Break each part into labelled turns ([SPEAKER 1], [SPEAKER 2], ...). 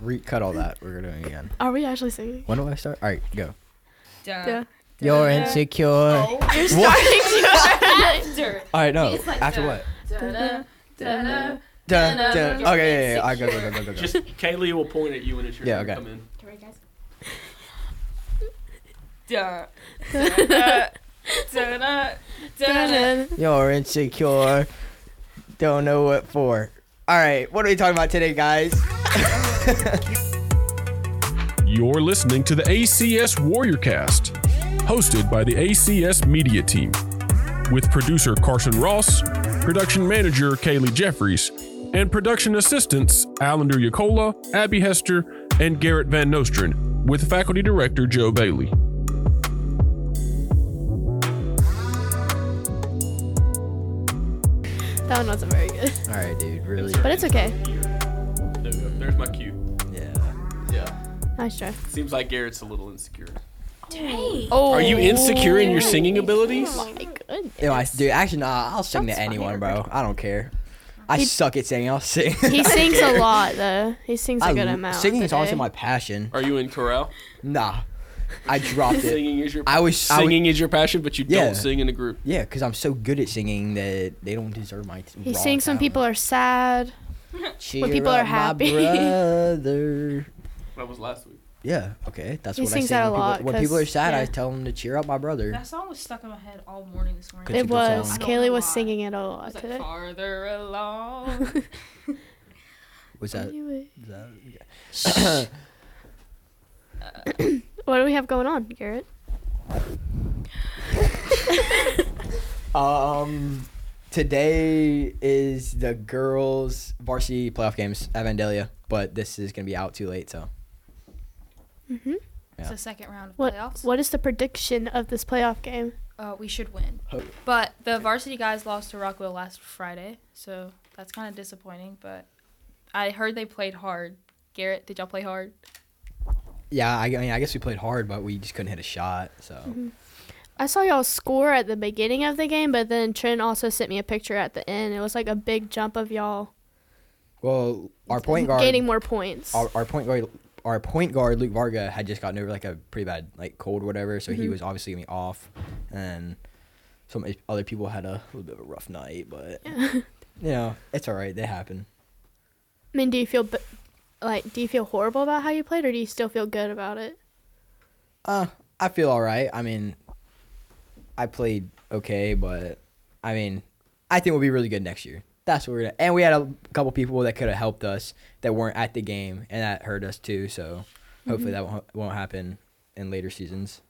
[SPEAKER 1] re- cut all that. We're doing it again.
[SPEAKER 2] Are we actually singing?
[SPEAKER 1] When do I start? All right, go.
[SPEAKER 2] Yeah.
[SPEAKER 1] You're insecure.
[SPEAKER 3] Oh,
[SPEAKER 2] You're starting to.
[SPEAKER 1] All right, no.
[SPEAKER 4] It's like
[SPEAKER 1] After
[SPEAKER 4] that.
[SPEAKER 1] what?
[SPEAKER 4] Da-da, da-da.
[SPEAKER 1] Dun,
[SPEAKER 4] no,
[SPEAKER 1] dun.
[SPEAKER 4] you're
[SPEAKER 1] Okay, yeah, yeah, yeah. I go, go, go, go, go.
[SPEAKER 5] Just
[SPEAKER 1] go.
[SPEAKER 5] Kaylee will point at you when it's your
[SPEAKER 1] Yeah,
[SPEAKER 5] turn.
[SPEAKER 1] okay.
[SPEAKER 5] Come in.
[SPEAKER 4] Can we guys?
[SPEAKER 3] Da, da, da, da, da, da, da.
[SPEAKER 1] You're insecure. Don't know what for. All right, what are we talking about today, guys?
[SPEAKER 6] You're listening to the ACS Warrior Cast, hosted by the ACS Media Team, with producer Carson Ross, production manager Kaylee Jeffries, and production assistants Allender Yacola, Abby Hester, and Garrett Van Nostrand, with faculty director Joe Bailey.
[SPEAKER 2] That one wasn't very good.
[SPEAKER 1] All right, dude. Really?
[SPEAKER 2] But it's okay.
[SPEAKER 5] There we go. There's my cue.
[SPEAKER 1] Yeah.
[SPEAKER 5] Yeah.
[SPEAKER 2] Nice try.
[SPEAKER 5] Seems like Garrett's a little insecure.
[SPEAKER 2] Oh.
[SPEAKER 5] Are you insecure in your singing abilities?
[SPEAKER 2] Oh my goodness.
[SPEAKER 1] You know, I, dude, actually, nah, I'll sing
[SPEAKER 2] That's
[SPEAKER 1] to
[SPEAKER 2] fine,
[SPEAKER 1] anyone,
[SPEAKER 2] Eric.
[SPEAKER 1] bro. I don't care. I
[SPEAKER 2] He-
[SPEAKER 1] suck at singing. I'll sing.
[SPEAKER 2] He sings a lot though. He sings a
[SPEAKER 1] I-
[SPEAKER 2] good amount.
[SPEAKER 1] Singing is also
[SPEAKER 2] today.
[SPEAKER 1] my passion.
[SPEAKER 5] Are you in chorale?
[SPEAKER 1] Nah, I dropped it.
[SPEAKER 5] Singing is your
[SPEAKER 1] I was I was-
[SPEAKER 5] singing is your passion, but you
[SPEAKER 1] Yeah.
[SPEAKER 5] don't sing in a group.
[SPEAKER 1] yeah, because I'm so good at singing that they don't deserve my. T-
[SPEAKER 2] He
[SPEAKER 1] raw
[SPEAKER 2] sings when
[SPEAKER 1] talent.
[SPEAKER 2] people are sad.
[SPEAKER 1] Cheer
[SPEAKER 2] people are
[SPEAKER 1] up,
[SPEAKER 2] happy.
[SPEAKER 1] My brother.
[SPEAKER 5] That was last week.
[SPEAKER 1] Yeah. Okay. That's
[SPEAKER 2] He
[SPEAKER 1] what
[SPEAKER 2] sings
[SPEAKER 1] I
[SPEAKER 2] that
[SPEAKER 1] sing
[SPEAKER 2] a
[SPEAKER 1] when people-
[SPEAKER 2] lot
[SPEAKER 1] When people are
[SPEAKER 2] 'cause-
[SPEAKER 1] sad, I
[SPEAKER 2] yeah.
[SPEAKER 1] tell them to cheer up my brother.
[SPEAKER 3] That song was stuck in my head all morning this morning.
[SPEAKER 1] Good
[SPEAKER 2] It
[SPEAKER 1] It's a good
[SPEAKER 2] was.
[SPEAKER 1] song.
[SPEAKER 4] I don't know
[SPEAKER 2] Kaylee was
[SPEAKER 4] why.
[SPEAKER 2] singing it a
[SPEAKER 3] It
[SPEAKER 2] lot
[SPEAKER 3] was
[SPEAKER 2] today.
[SPEAKER 3] like farther along.
[SPEAKER 1] Was that?
[SPEAKER 2] Anyway.
[SPEAKER 1] is that-
[SPEAKER 2] What do we have going on, Garrett?
[SPEAKER 1] um, today is the girls' varsity playoff games at Vandalia, but this is gonna be out too late, so.
[SPEAKER 2] hmm
[SPEAKER 1] Yeah.
[SPEAKER 3] It's the second round of
[SPEAKER 2] What
[SPEAKER 3] playoffs.
[SPEAKER 2] What is the prediction of this playoff game?
[SPEAKER 3] Uh, we should win.
[SPEAKER 1] Oh.
[SPEAKER 3] But the varsity guys lost to Rockwell last Friday, so that's kind of disappointing. But I heard they played hard. Garrett, did y'all play hard?
[SPEAKER 1] Yeah, I, I mean, I guess we played hard, but we just couldn't hit a shot. So
[SPEAKER 2] Mm-hmm. I saw y'all score at the beginning of the game, but then Trent also sent me a picture at the end. It was like a big jump of y'all
[SPEAKER 1] well, our point guard,
[SPEAKER 2] gaining more points.
[SPEAKER 1] our, our point guard, our point guard Luke Varga had just gotten over like a pretty bad like cold or whatever, so he was obviously gonna be off, and some other people had a little bit of a rough night, but you know it's all right. They happen.
[SPEAKER 2] I mean, do you feel b- like do you feel horrible about how you played, or do you still feel good about it?
[SPEAKER 1] Uh, I feel all right. I mean, I played okay, but I mean, I think we'll be really good next year. That's what we're gonna. And we had a couple people that could have helped us that weren't at the game, and that hurt us too. So hopefully that won't, won't happen in later seasons.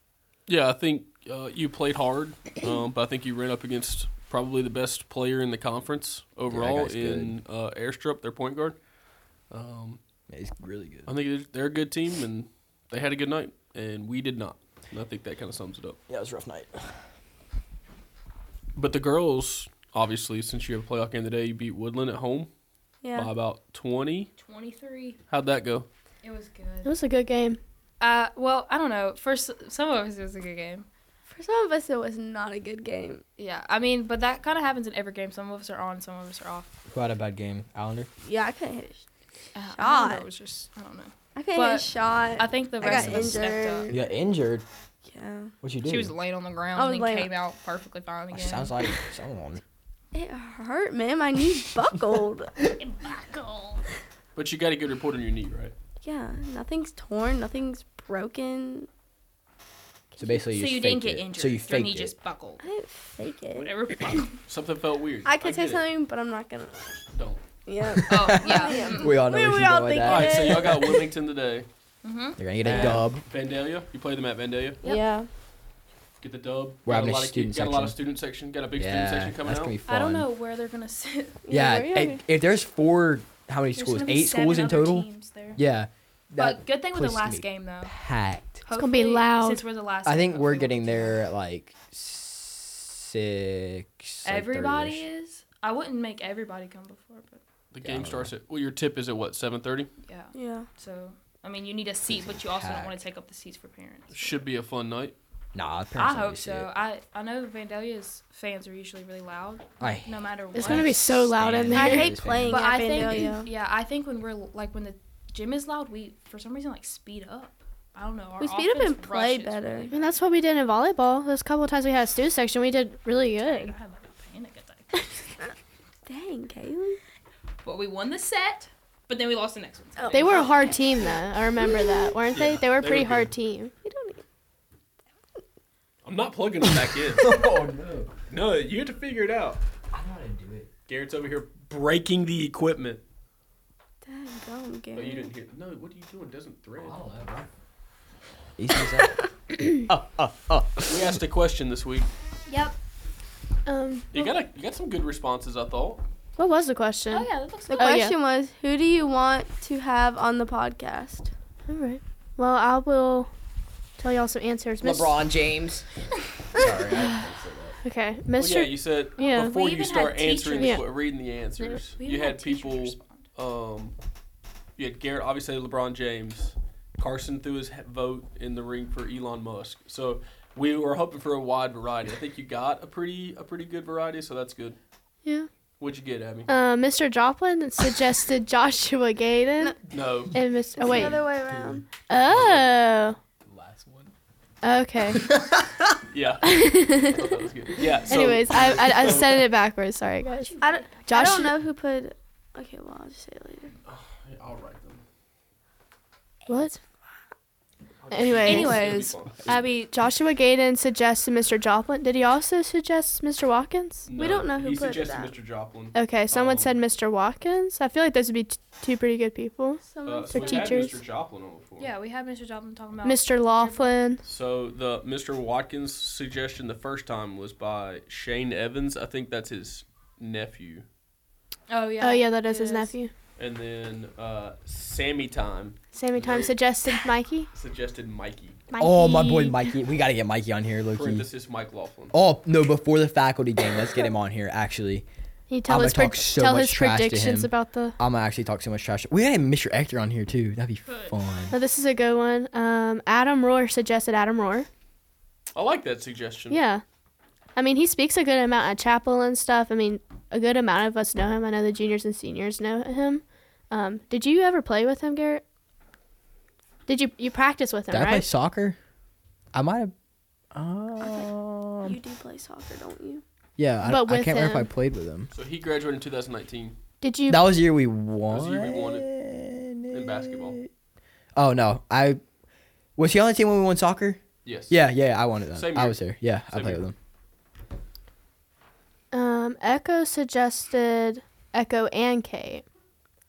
[SPEAKER 5] Yeah, I think uh, you played hard, um, but I think you ran up against probably the best player in the conference overall
[SPEAKER 1] guy's
[SPEAKER 5] in uh, Airstrup, their point guard. Um,
[SPEAKER 1] Yeah, He's really good.
[SPEAKER 5] I think they're- they're a good team, and they had a good night, and we did not. And I think that kind of sums it up.
[SPEAKER 1] Yeah, it was a rough night.
[SPEAKER 5] But the girls, obviously, since you have a playoff game today, you beat Woodland at home by about 20.
[SPEAKER 3] 23.
[SPEAKER 5] How'd that go?
[SPEAKER 3] It was
[SPEAKER 2] It
[SPEAKER 3] good.
[SPEAKER 2] was a good game.
[SPEAKER 3] Uh, well, I don't know. For s- some of us, it was a good game.
[SPEAKER 4] For some of us, it was not a good game.
[SPEAKER 3] Yeah, I mean, but that kind of happens in every game. Some of us are on, some of us are off.
[SPEAKER 1] Who had a bad game, Allender?
[SPEAKER 4] Yeah, I couldn't hit. A sh-
[SPEAKER 3] Uh, I don't know,
[SPEAKER 4] Shot.
[SPEAKER 3] it was just, I don't know.
[SPEAKER 4] I couldn't hit
[SPEAKER 3] But
[SPEAKER 4] a shot.
[SPEAKER 3] I think the
[SPEAKER 4] I
[SPEAKER 3] rest
[SPEAKER 4] got
[SPEAKER 3] of us stepped
[SPEAKER 4] injured.
[SPEAKER 1] You got injured.
[SPEAKER 4] Yeah,
[SPEAKER 1] What you
[SPEAKER 3] up.
[SPEAKER 1] do?
[SPEAKER 3] She was laying on the ground
[SPEAKER 4] I was
[SPEAKER 3] and
[SPEAKER 4] laying-
[SPEAKER 3] then came out perfectly fine again.
[SPEAKER 1] sounds like someone.
[SPEAKER 4] it hurt, man. My knee buckled.
[SPEAKER 5] But you got a good report on your knee, right?
[SPEAKER 4] Yeah, nothing's torn. Nothing's broken.
[SPEAKER 1] So basically,
[SPEAKER 3] so
[SPEAKER 1] you,
[SPEAKER 3] you
[SPEAKER 1] faked
[SPEAKER 3] didn't get
[SPEAKER 1] it.
[SPEAKER 3] injured.
[SPEAKER 1] So you
[SPEAKER 3] Your
[SPEAKER 1] faked
[SPEAKER 3] knee
[SPEAKER 1] it.
[SPEAKER 3] just buckled.
[SPEAKER 4] I didn't fake it.
[SPEAKER 3] Whatever.
[SPEAKER 5] Something felt weird.
[SPEAKER 4] I could say
[SPEAKER 5] get it.
[SPEAKER 4] something, but I'm not gonna.
[SPEAKER 5] Don't.
[SPEAKER 4] Yeah.
[SPEAKER 3] oh, yeah.
[SPEAKER 1] We all know
[SPEAKER 4] We-
[SPEAKER 1] we,
[SPEAKER 4] we
[SPEAKER 1] should go
[SPEAKER 4] all
[SPEAKER 1] with
[SPEAKER 4] think
[SPEAKER 5] All
[SPEAKER 1] that.
[SPEAKER 5] right, so y'all got Wilmington today.
[SPEAKER 3] Mm-hmm.
[SPEAKER 1] They're gonna get a
[SPEAKER 5] And
[SPEAKER 1] dub.
[SPEAKER 5] Vandalia. You play them at Vandalia.
[SPEAKER 4] Yeah.
[SPEAKER 5] Get the dub.
[SPEAKER 1] We're
[SPEAKER 5] got
[SPEAKER 1] having a
[SPEAKER 5] a lot of
[SPEAKER 1] student
[SPEAKER 5] Got a lot of
[SPEAKER 1] section.
[SPEAKER 5] student section. Got a big student
[SPEAKER 1] Yeah,
[SPEAKER 5] section coming
[SPEAKER 1] that's
[SPEAKER 5] out.
[SPEAKER 1] gonna be fun.
[SPEAKER 3] I don't know where they're going to sit.
[SPEAKER 1] Yeah,
[SPEAKER 4] we're gonna
[SPEAKER 1] i- if there's four, how many schools? Eight schools in total. Yeah,
[SPEAKER 3] But good thing with the
[SPEAKER 1] place is
[SPEAKER 3] last
[SPEAKER 1] gonna
[SPEAKER 3] game though.
[SPEAKER 1] be packed.
[SPEAKER 2] gonna be
[SPEAKER 3] Hopefully-
[SPEAKER 2] loud.
[SPEAKER 3] Since we're the last.
[SPEAKER 1] I
[SPEAKER 3] game,
[SPEAKER 1] think we're
[SPEAKER 3] hopefully
[SPEAKER 1] getting
[SPEAKER 3] we'll-
[SPEAKER 1] there at like six. like,
[SPEAKER 3] Everybody
[SPEAKER 1] 30-ish.
[SPEAKER 3] is. I wouldn't make everybody come before, but
[SPEAKER 5] The
[SPEAKER 1] I
[SPEAKER 5] game
[SPEAKER 1] don't
[SPEAKER 5] starts at. Well, your tip is at what? Seven thirty.
[SPEAKER 3] yeah.
[SPEAKER 4] Yeah.
[SPEAKER 3] So I mean, you need a seat, but you also don't want to take up the seats for parents.
[SPEAKER 5] Should be a fun night.
[SPEAKER 1] Nah,
[SPEAKER 3] I
[SPEAKER 1] parents don't
[SPEAKER 3] hope
[SPEAKER 1] need to see
[SPEAKER 3] so.
[SPEAKER 1] it.
[SPEAKER 3] I I know Vandalia's fans are usually really loud.
[SPEAKER 1] I
[SPEAKER 3] no matter what.
[SPEAKER 2] It's gonna be so loud in
[SPEAKER 1] Stand
[SPEAKER 2] there.
[SPEAKER 4] I
[SPEAKER 1] for
[SPEAKER 4] hate
[SPEAKER 1] this
[SPEAKER 4] playing.
[SPEAKER 1] thing.
[SPEAKER 3] But
[SPEAKER 4] Yeah,
[SPEAKER 3] I think
[SPEAKER 4] Vandalia.
[SPEAKER 3] yeah, I think when we're like when the Gym is loud. We for some reason like speed up. I don't know. Our
[SPEAKER 4] We speed up
[SPEAKER 3] offense
[SPEAKER 4] and play
[SPEAKER 3] rushes
[SPEAKER 4] better.
[SPEAKER 3] really
[SPEAKER 2] And that's what we did in volleyball. Those couple times we had a stew section, we did really
[SPEAKER 3] bad.
[SPEAKER 2] good.
[SPEAKER 3] I had like a panic attack.
[SPEAKER 4] Dang, Kaylee.
[SPEAKER 3] but we won the set, but then we lost the next one.
[SPEAKER 4] Oh.
[SPEAKER 2] They were a hard team though. I remember that, weren't they?
[SPEAKER 5] Yeah,
[SPEAKER 2] They were a
[SPEAKER 5] they
[SPEAKER 2] pretty
[SPEAKER 5] were
[SPEAKER 2] hard
[SPEAKER 5] good.
[SPEAKER 2] team.
[SPEAKER 4] You don't need.
[SPEAKER 5] I'm not plugging it back in.
[SPEAKER 1] oh no!
[SPEAKER 5] no, you have to figure it out.
[SPEAKER 1] I don't want to do it.
[SPEAKER 5] Garrett's over here breaking the equipment.
[SPEAKER 4] Dang, go and get
[SPEAKER 5] No, Oh, you
[SPEAKER 4] it.
[SPEAKER 5] didn't hear. No, what are you doing? Doesn't thread.
[SPEAKER 1] Easton's up.
[SPEAKER 5] We asked a question this week.
[SPEAKER 3] Yep.
[SPEAKER 2] Um,
[SPEAKER 5] You got a, you got some good responses, I thought.
[SPEAKER 2] what was the question?
[SPEAKER 3] Oh yeah, that looks
[SPEAKER 4] The
[SPEAKER 3] like
[SPEAKER 2] Oh, yeah.
[SPEAKER 4] question was, who do you want to have on the podcast?
[SPEAKER 2] All right. Well, I will tell y'all some answers. Miss-
[SPEAKER 7] LeBron James.
[SPEAKER 1] Sorry. I-
[SPEAKER 2] Okay,
[SPEAKER 5] Well,
[SPEAKER 2] Mr.
[SPEAKER 5] Oh, yeah, you said
[SPEAKER 2] Yeah.
[SPEAKER 3] We
[SPEAKER 5] before you
[SPEAKER 3] even
[SPEAKER 5] start
[SPEAKER 3] had
[SPEAKER 5] answering, the,
[SPEAKER 2] teachers-
[SPEAKER 5] que- reading the answers, you had people. Um, you had Garrett, obviously LeBron James. Carson threw his he- vote in the ring for Elon Musk. So we were hoping for a wide variety. I think you got a pretty a pretty good variety, so that's good.
[SPEAKER 2] Yeah.
[SPEAKER 5] What'd you get, Abby?
[SPEAKER 2] Uh, Mr. Joplin suggested Joshua Gaden
[SPEAKER 5] No.
[SPEAKER 2] and Mr. Oh, wait.
[SPEAKER 4] Other way around.
[SPEAKER 2] Oh,
[SPEAKER 5] Last one.
[SPEAKER 2] okay.
[SPEAKER 5] Yeah. I thought that was good. Yeah. So,
[SPEAKER 2] Anyways, I, I I said it backwards. Sorry, guys.
[SPEAKER 4] I don't, I
[SPEAKER 2] Josh-
[SPEAKER 4] don't know who put. Okay, well I'll just say it later.
[SPEAKER 5] I'll write them.
[SPEAKER 2] What? Anyways.
[SPEAKER 4] Anyways.
[SPEAKER 2] Abby, Joshua Gaden suggested Mr. Joplin. Did he also suggest Mr. Watkins?
[SPEAKER 4] We don't know who
[SPEAKER 5] he
[SPEAKER 4] put
[SPEAKER 5] suggested
[SPEAKER 4] that.
[SPEAKER 5] Mr. Joplin.
[SPEAKER 2] Okay, someone
[SPEAKER 5] Um,
[SPEAKER 1] Oh.
[SPEAKER 2] said Mr. Watkins. I feel like those would be t- two pretty good people.
[SPEAKER 4] Someone
[SPEAKER 5] Uh,
[SPEAKER 2] For
[SPEAKER 5] so we
[SPEAKER 4] said-
[SPEAKER 5] had
[SPEAKER 2] teachers.
[SPEAKER 5] Mr. Joplin on before.
[SPEAKER 3] Yeah, we had Mr. Joplin talking about
[SPEAKER 2] Mr. Laughlin.
[SPEAKER 5] So the Mr. Watkins suggestion the first time was by Shane Evans. I think that's his nephew.
[SPEAKER 3] Oh yeah.
[SPEAKER 2] Oh yeah, that is
[SPEAKER 3] it
[SPEAKER 2] his nephew.
[SPEAKER 5] And then uh, Sammy Time
[SPEAKER 2] Sammy Time suggested Mikey.
[SPEAKER 5] suggested Mikey.
[SPEAKER 1] Oh my boy Mikey, we gotta get Mikey on here, Loki.
[SPEAKER 5] Parenthesis Mike Laughlin.
[SPEAKER 1] Oh no! Before the faculty game, let's get him on here. Actually,
[SPEAKER 2] He tell
[SPEAKER 1] I'ma
[SPEAKER 2] his pre-
[SPEAKER 1] talk so
[SPEAKER 2] tell
[SPEAKER 1] much
[SPEAKER 2] his
[SPEAKER 1] trash to
[SPEAKER 2] predictions
[SPEAKER 1] him.
[SPEAKER 2] about the.
[SPEAKER 1] I'm gonna actually talk so much trash. We gotta have Mr. Ector on here too. That'd be fun.
[SPEAKER 2] Oh, this is a good one. Um, Adam Rohr suggested Adam Rohr.
[SPEAKER 5] I like that
[SPEAKER 1] Mm.
[SPEAKER 5] suggestion.
[SPEAKER 2] Yeah, I mean he speaks a good amount at chapel and stuff. I mean a good amount of us know him. I know the juniors and seniors know him. Um, did you ever play with him, Garrett? Did you you practice with him,
[SPEAKER 1] Did I play
[SPEAKER 2] right?
[SPEAKER 1] soccer? I might have. Uh,
[SPEAKER 4] you do play soccer, don't you?
[SPEAKER 1] yeah, I,
[SPEAKER 2] But
[SPEAKER 1] I
[SPEAKER 2] with
[SPEAKER 1] can't remember if
[SPEAKER 2] him.
[SPEAKER 1] I played with him.
[SPEAKER 5] So he graduated in 2019.
[SPEAKER 2] Did you?
[SPEAKER 1] That was the year we won.
[SPEAKER 5] the year we won in basketball.
[SPEAKER 1] Oh no! I was he on the team when we won soccer?
[SPEAKER 5] Yes.
[SPEAKER 1] Yeah, yeah, I wanted that.
[SPEAKER 5] Same
[SPEAKER 1] I
[SPEAKER 5] year.
[SPEAKER 1] was there. Yeah, I
[SPEAKER 5] Same
[SPEAKER 1] played
[SPEAKER 5] year.
[SPEAKER 1] with him.
[SPEAKER 2] Um, Echo suggested Echo and Kate.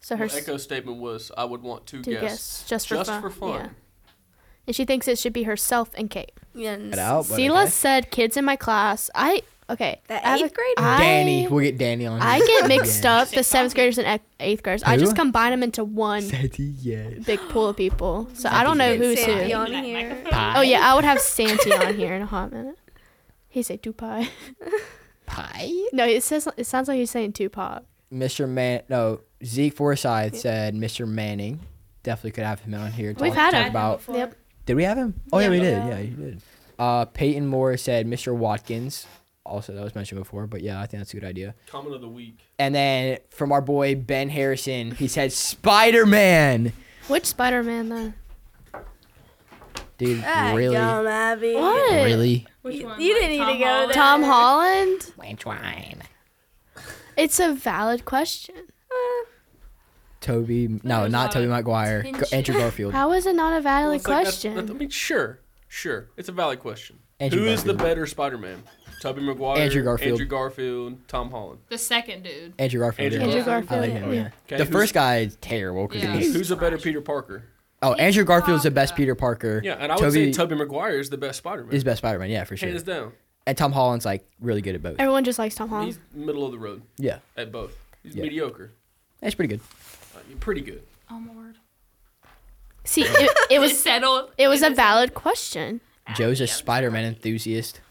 [SPEAKER 2] So her
[SPEAKER 5] Well,
[SPEAKER 2] s-
[SPEAKER 5] Echo's statement was, "I would want two,
[SPEAKER 2] two guests,
[SPEAKER 5] guests,
[SPEAKER 2] just for
[SPEAKER 5] just
[SPEAKER 2] fun.
[SPEAKER 5] for fun."
[SPEAKER 2] and she thinks it should be herself and Kate.
[SPEAKER 4] Yeah.
[SPEAKER 1] Get out, but
[SPEAKER 2] Sela
[SPEAKER 1] okay.
[SPEAKER 2] said kids in my class. I okay.
[SPEAKER 4] The
[SPEAKER 2] I have a-
[SPEAKER 4] eighth grade?
[SPEAKER 2] I-
[SPEAKER 1] Danny, we'll get Danny on.
[SPEAKER 2] I
[SPEAKER 1] here.
[SPEAKER 2] get mixed
[SPEAKER 1] Yeah.
[SPEAKER 2] up the seventh graders and ec- eighth graders. I
[SPEAKER 1] Who?
[SPEAKER 2] just combine them into one
[SPEAKER 1] Said he yes.
[SPEAKER 2] big pool of people. So I don't know who's
[SPEAKER 4] Sandy
[SPEAKER 2] who.
[SPEAKER 4] on here.
[SPEAKER 2] Oh yeah, I would have Santi on here in a hot minute. He say Tupac.
[SPEAKER 1] Pie.
[SPEAKER 2] No, it says it sounds like he's saying Tupac.
[SPEAKER 1] Mr. Man, no Zeke Forsyth said Mr. Manning. Definitely could have him on here.
[SPEAKER 2] We've had
[SPEAKER 1] talk
[SPEAKER 2] him.
[SPEAKER 1] about.
[SPEAKER 2] Yep.
[SPEAKER 1] Did we have him? Oh yeah,
[SPEAKER 2] Yeah.
[SPEAKER 1] we did. Yeah, you did. Uh, Peyton Moore said Mr. Watkins. Also, that was mentioned before, but yeah, I think that's a good idea.
[SPEAKER 5] Comment of the week.
[SPEAKER 1] And then from our boy Ben Harrison, he said Spider Man.
[SPEAKER 2] Which Spider Man though?
[SPEAKER 1] Dude,
[SPEAKER 4] Ah,
[SPEAKER 1] really,
[SPEAKER 4] Dumb Abby.
[SPEAKER 2] What?
[SPEAKER 1] really.
[SPEAKER 3] Which
[SPEAKER 4] You-
[SPEAKER 3] one?
[SPEAKER 4] you didn't need
[SPEAKER 3] Tom
[SPEAKER 4] to go
[SPEAKER 3] Holland?
[SPEAKER 4] there.
[SPEAKER 2] Tom Holland?
[SPEAKER 1] Entwine.
[SPEAKER 2] It's a valid question.
[SPEAKER 1] Toby, no,
[SPEAKER 3] There's
[SPEAKER 1] not
[SPEAKER 3] a
[SPEAKER 1] Toby
[SPEAKER 3] lot
[SPEAKER 1] Maguire. G- Andrew Garfield.
[SPEAKER 2] How is it not a valid
[SPEAKER 5] Well, it's like, that's-
[SPEAKER 2] question?
[SPEAKER 5] that's- I mean, sure, sure, it's a valid question.
[SPEAKER 1] Andrew
[SPEAKER 5] Who is the
[SPEAKER 1] Garfield.
[SPEAKER 5] better Spider-Man? Tobey Maguire,
[SPEAKER 1] Andrew Garfield.
[SPEAKER 5] Andrew Garfield, Tom Holland.
[SPEAKER 3] The second dude.
[SPEAKER 1] Andrew Garfield.
[SPEAKER 5] Andrew
[SPEAKER 1] yeah.
[SPEAKER 2] Garfield.
[SPEAKER 1] I like
[SPEAKER 2] Andrew
[SPEAKER 1] him. Yeah. the
[SPEAKER 5] Okay, who's-
[SPEAKER 1] first guy is terrible. 'cause
[SPEAKER 3] Yeah.
[SPEAKER 1] he's-
[SPEAKER 5] Who's a better Peter Parker?
[SPEAKER 1] Oh, Andrew Garfield's the
[SPEAKER 3] Parker.
[SPEAKER 1] best Peter Parker.
[SPEAKER 5] Yeah, and I would say Tobey Maguire is the best Spider-Man.
[SPEAKER 1] is best Spider Man. Yeah, for sure.
[SPEAKER 5] Hands down.
[SPEAKER 1] And Tom Holland's like really good at both.
[SPEAKER 2] Everyone just likes Tom Holland.
[SPEAKER 5] He's middle of the road
[SPEAKER 1] Yeah,
[SPEAKER 5] at both. He's
[SPEAKER 1] Yeah.
[SPEAKER 5] mediocre.
[SPEAKER 1] that's pretty good.
[SPEAKER 5] Uh, you're pretty good.
[SPEAKER 3] Oh my word.
[SPEAKER 2] See, it, it
[SPEAKER 3] It
[SPEAKER 2] was
[SPEAKER 3] settled.
[SPEAKER 2] it was a valid question.
[SPEAKER 1] Joe's a Spider Man enthusiast.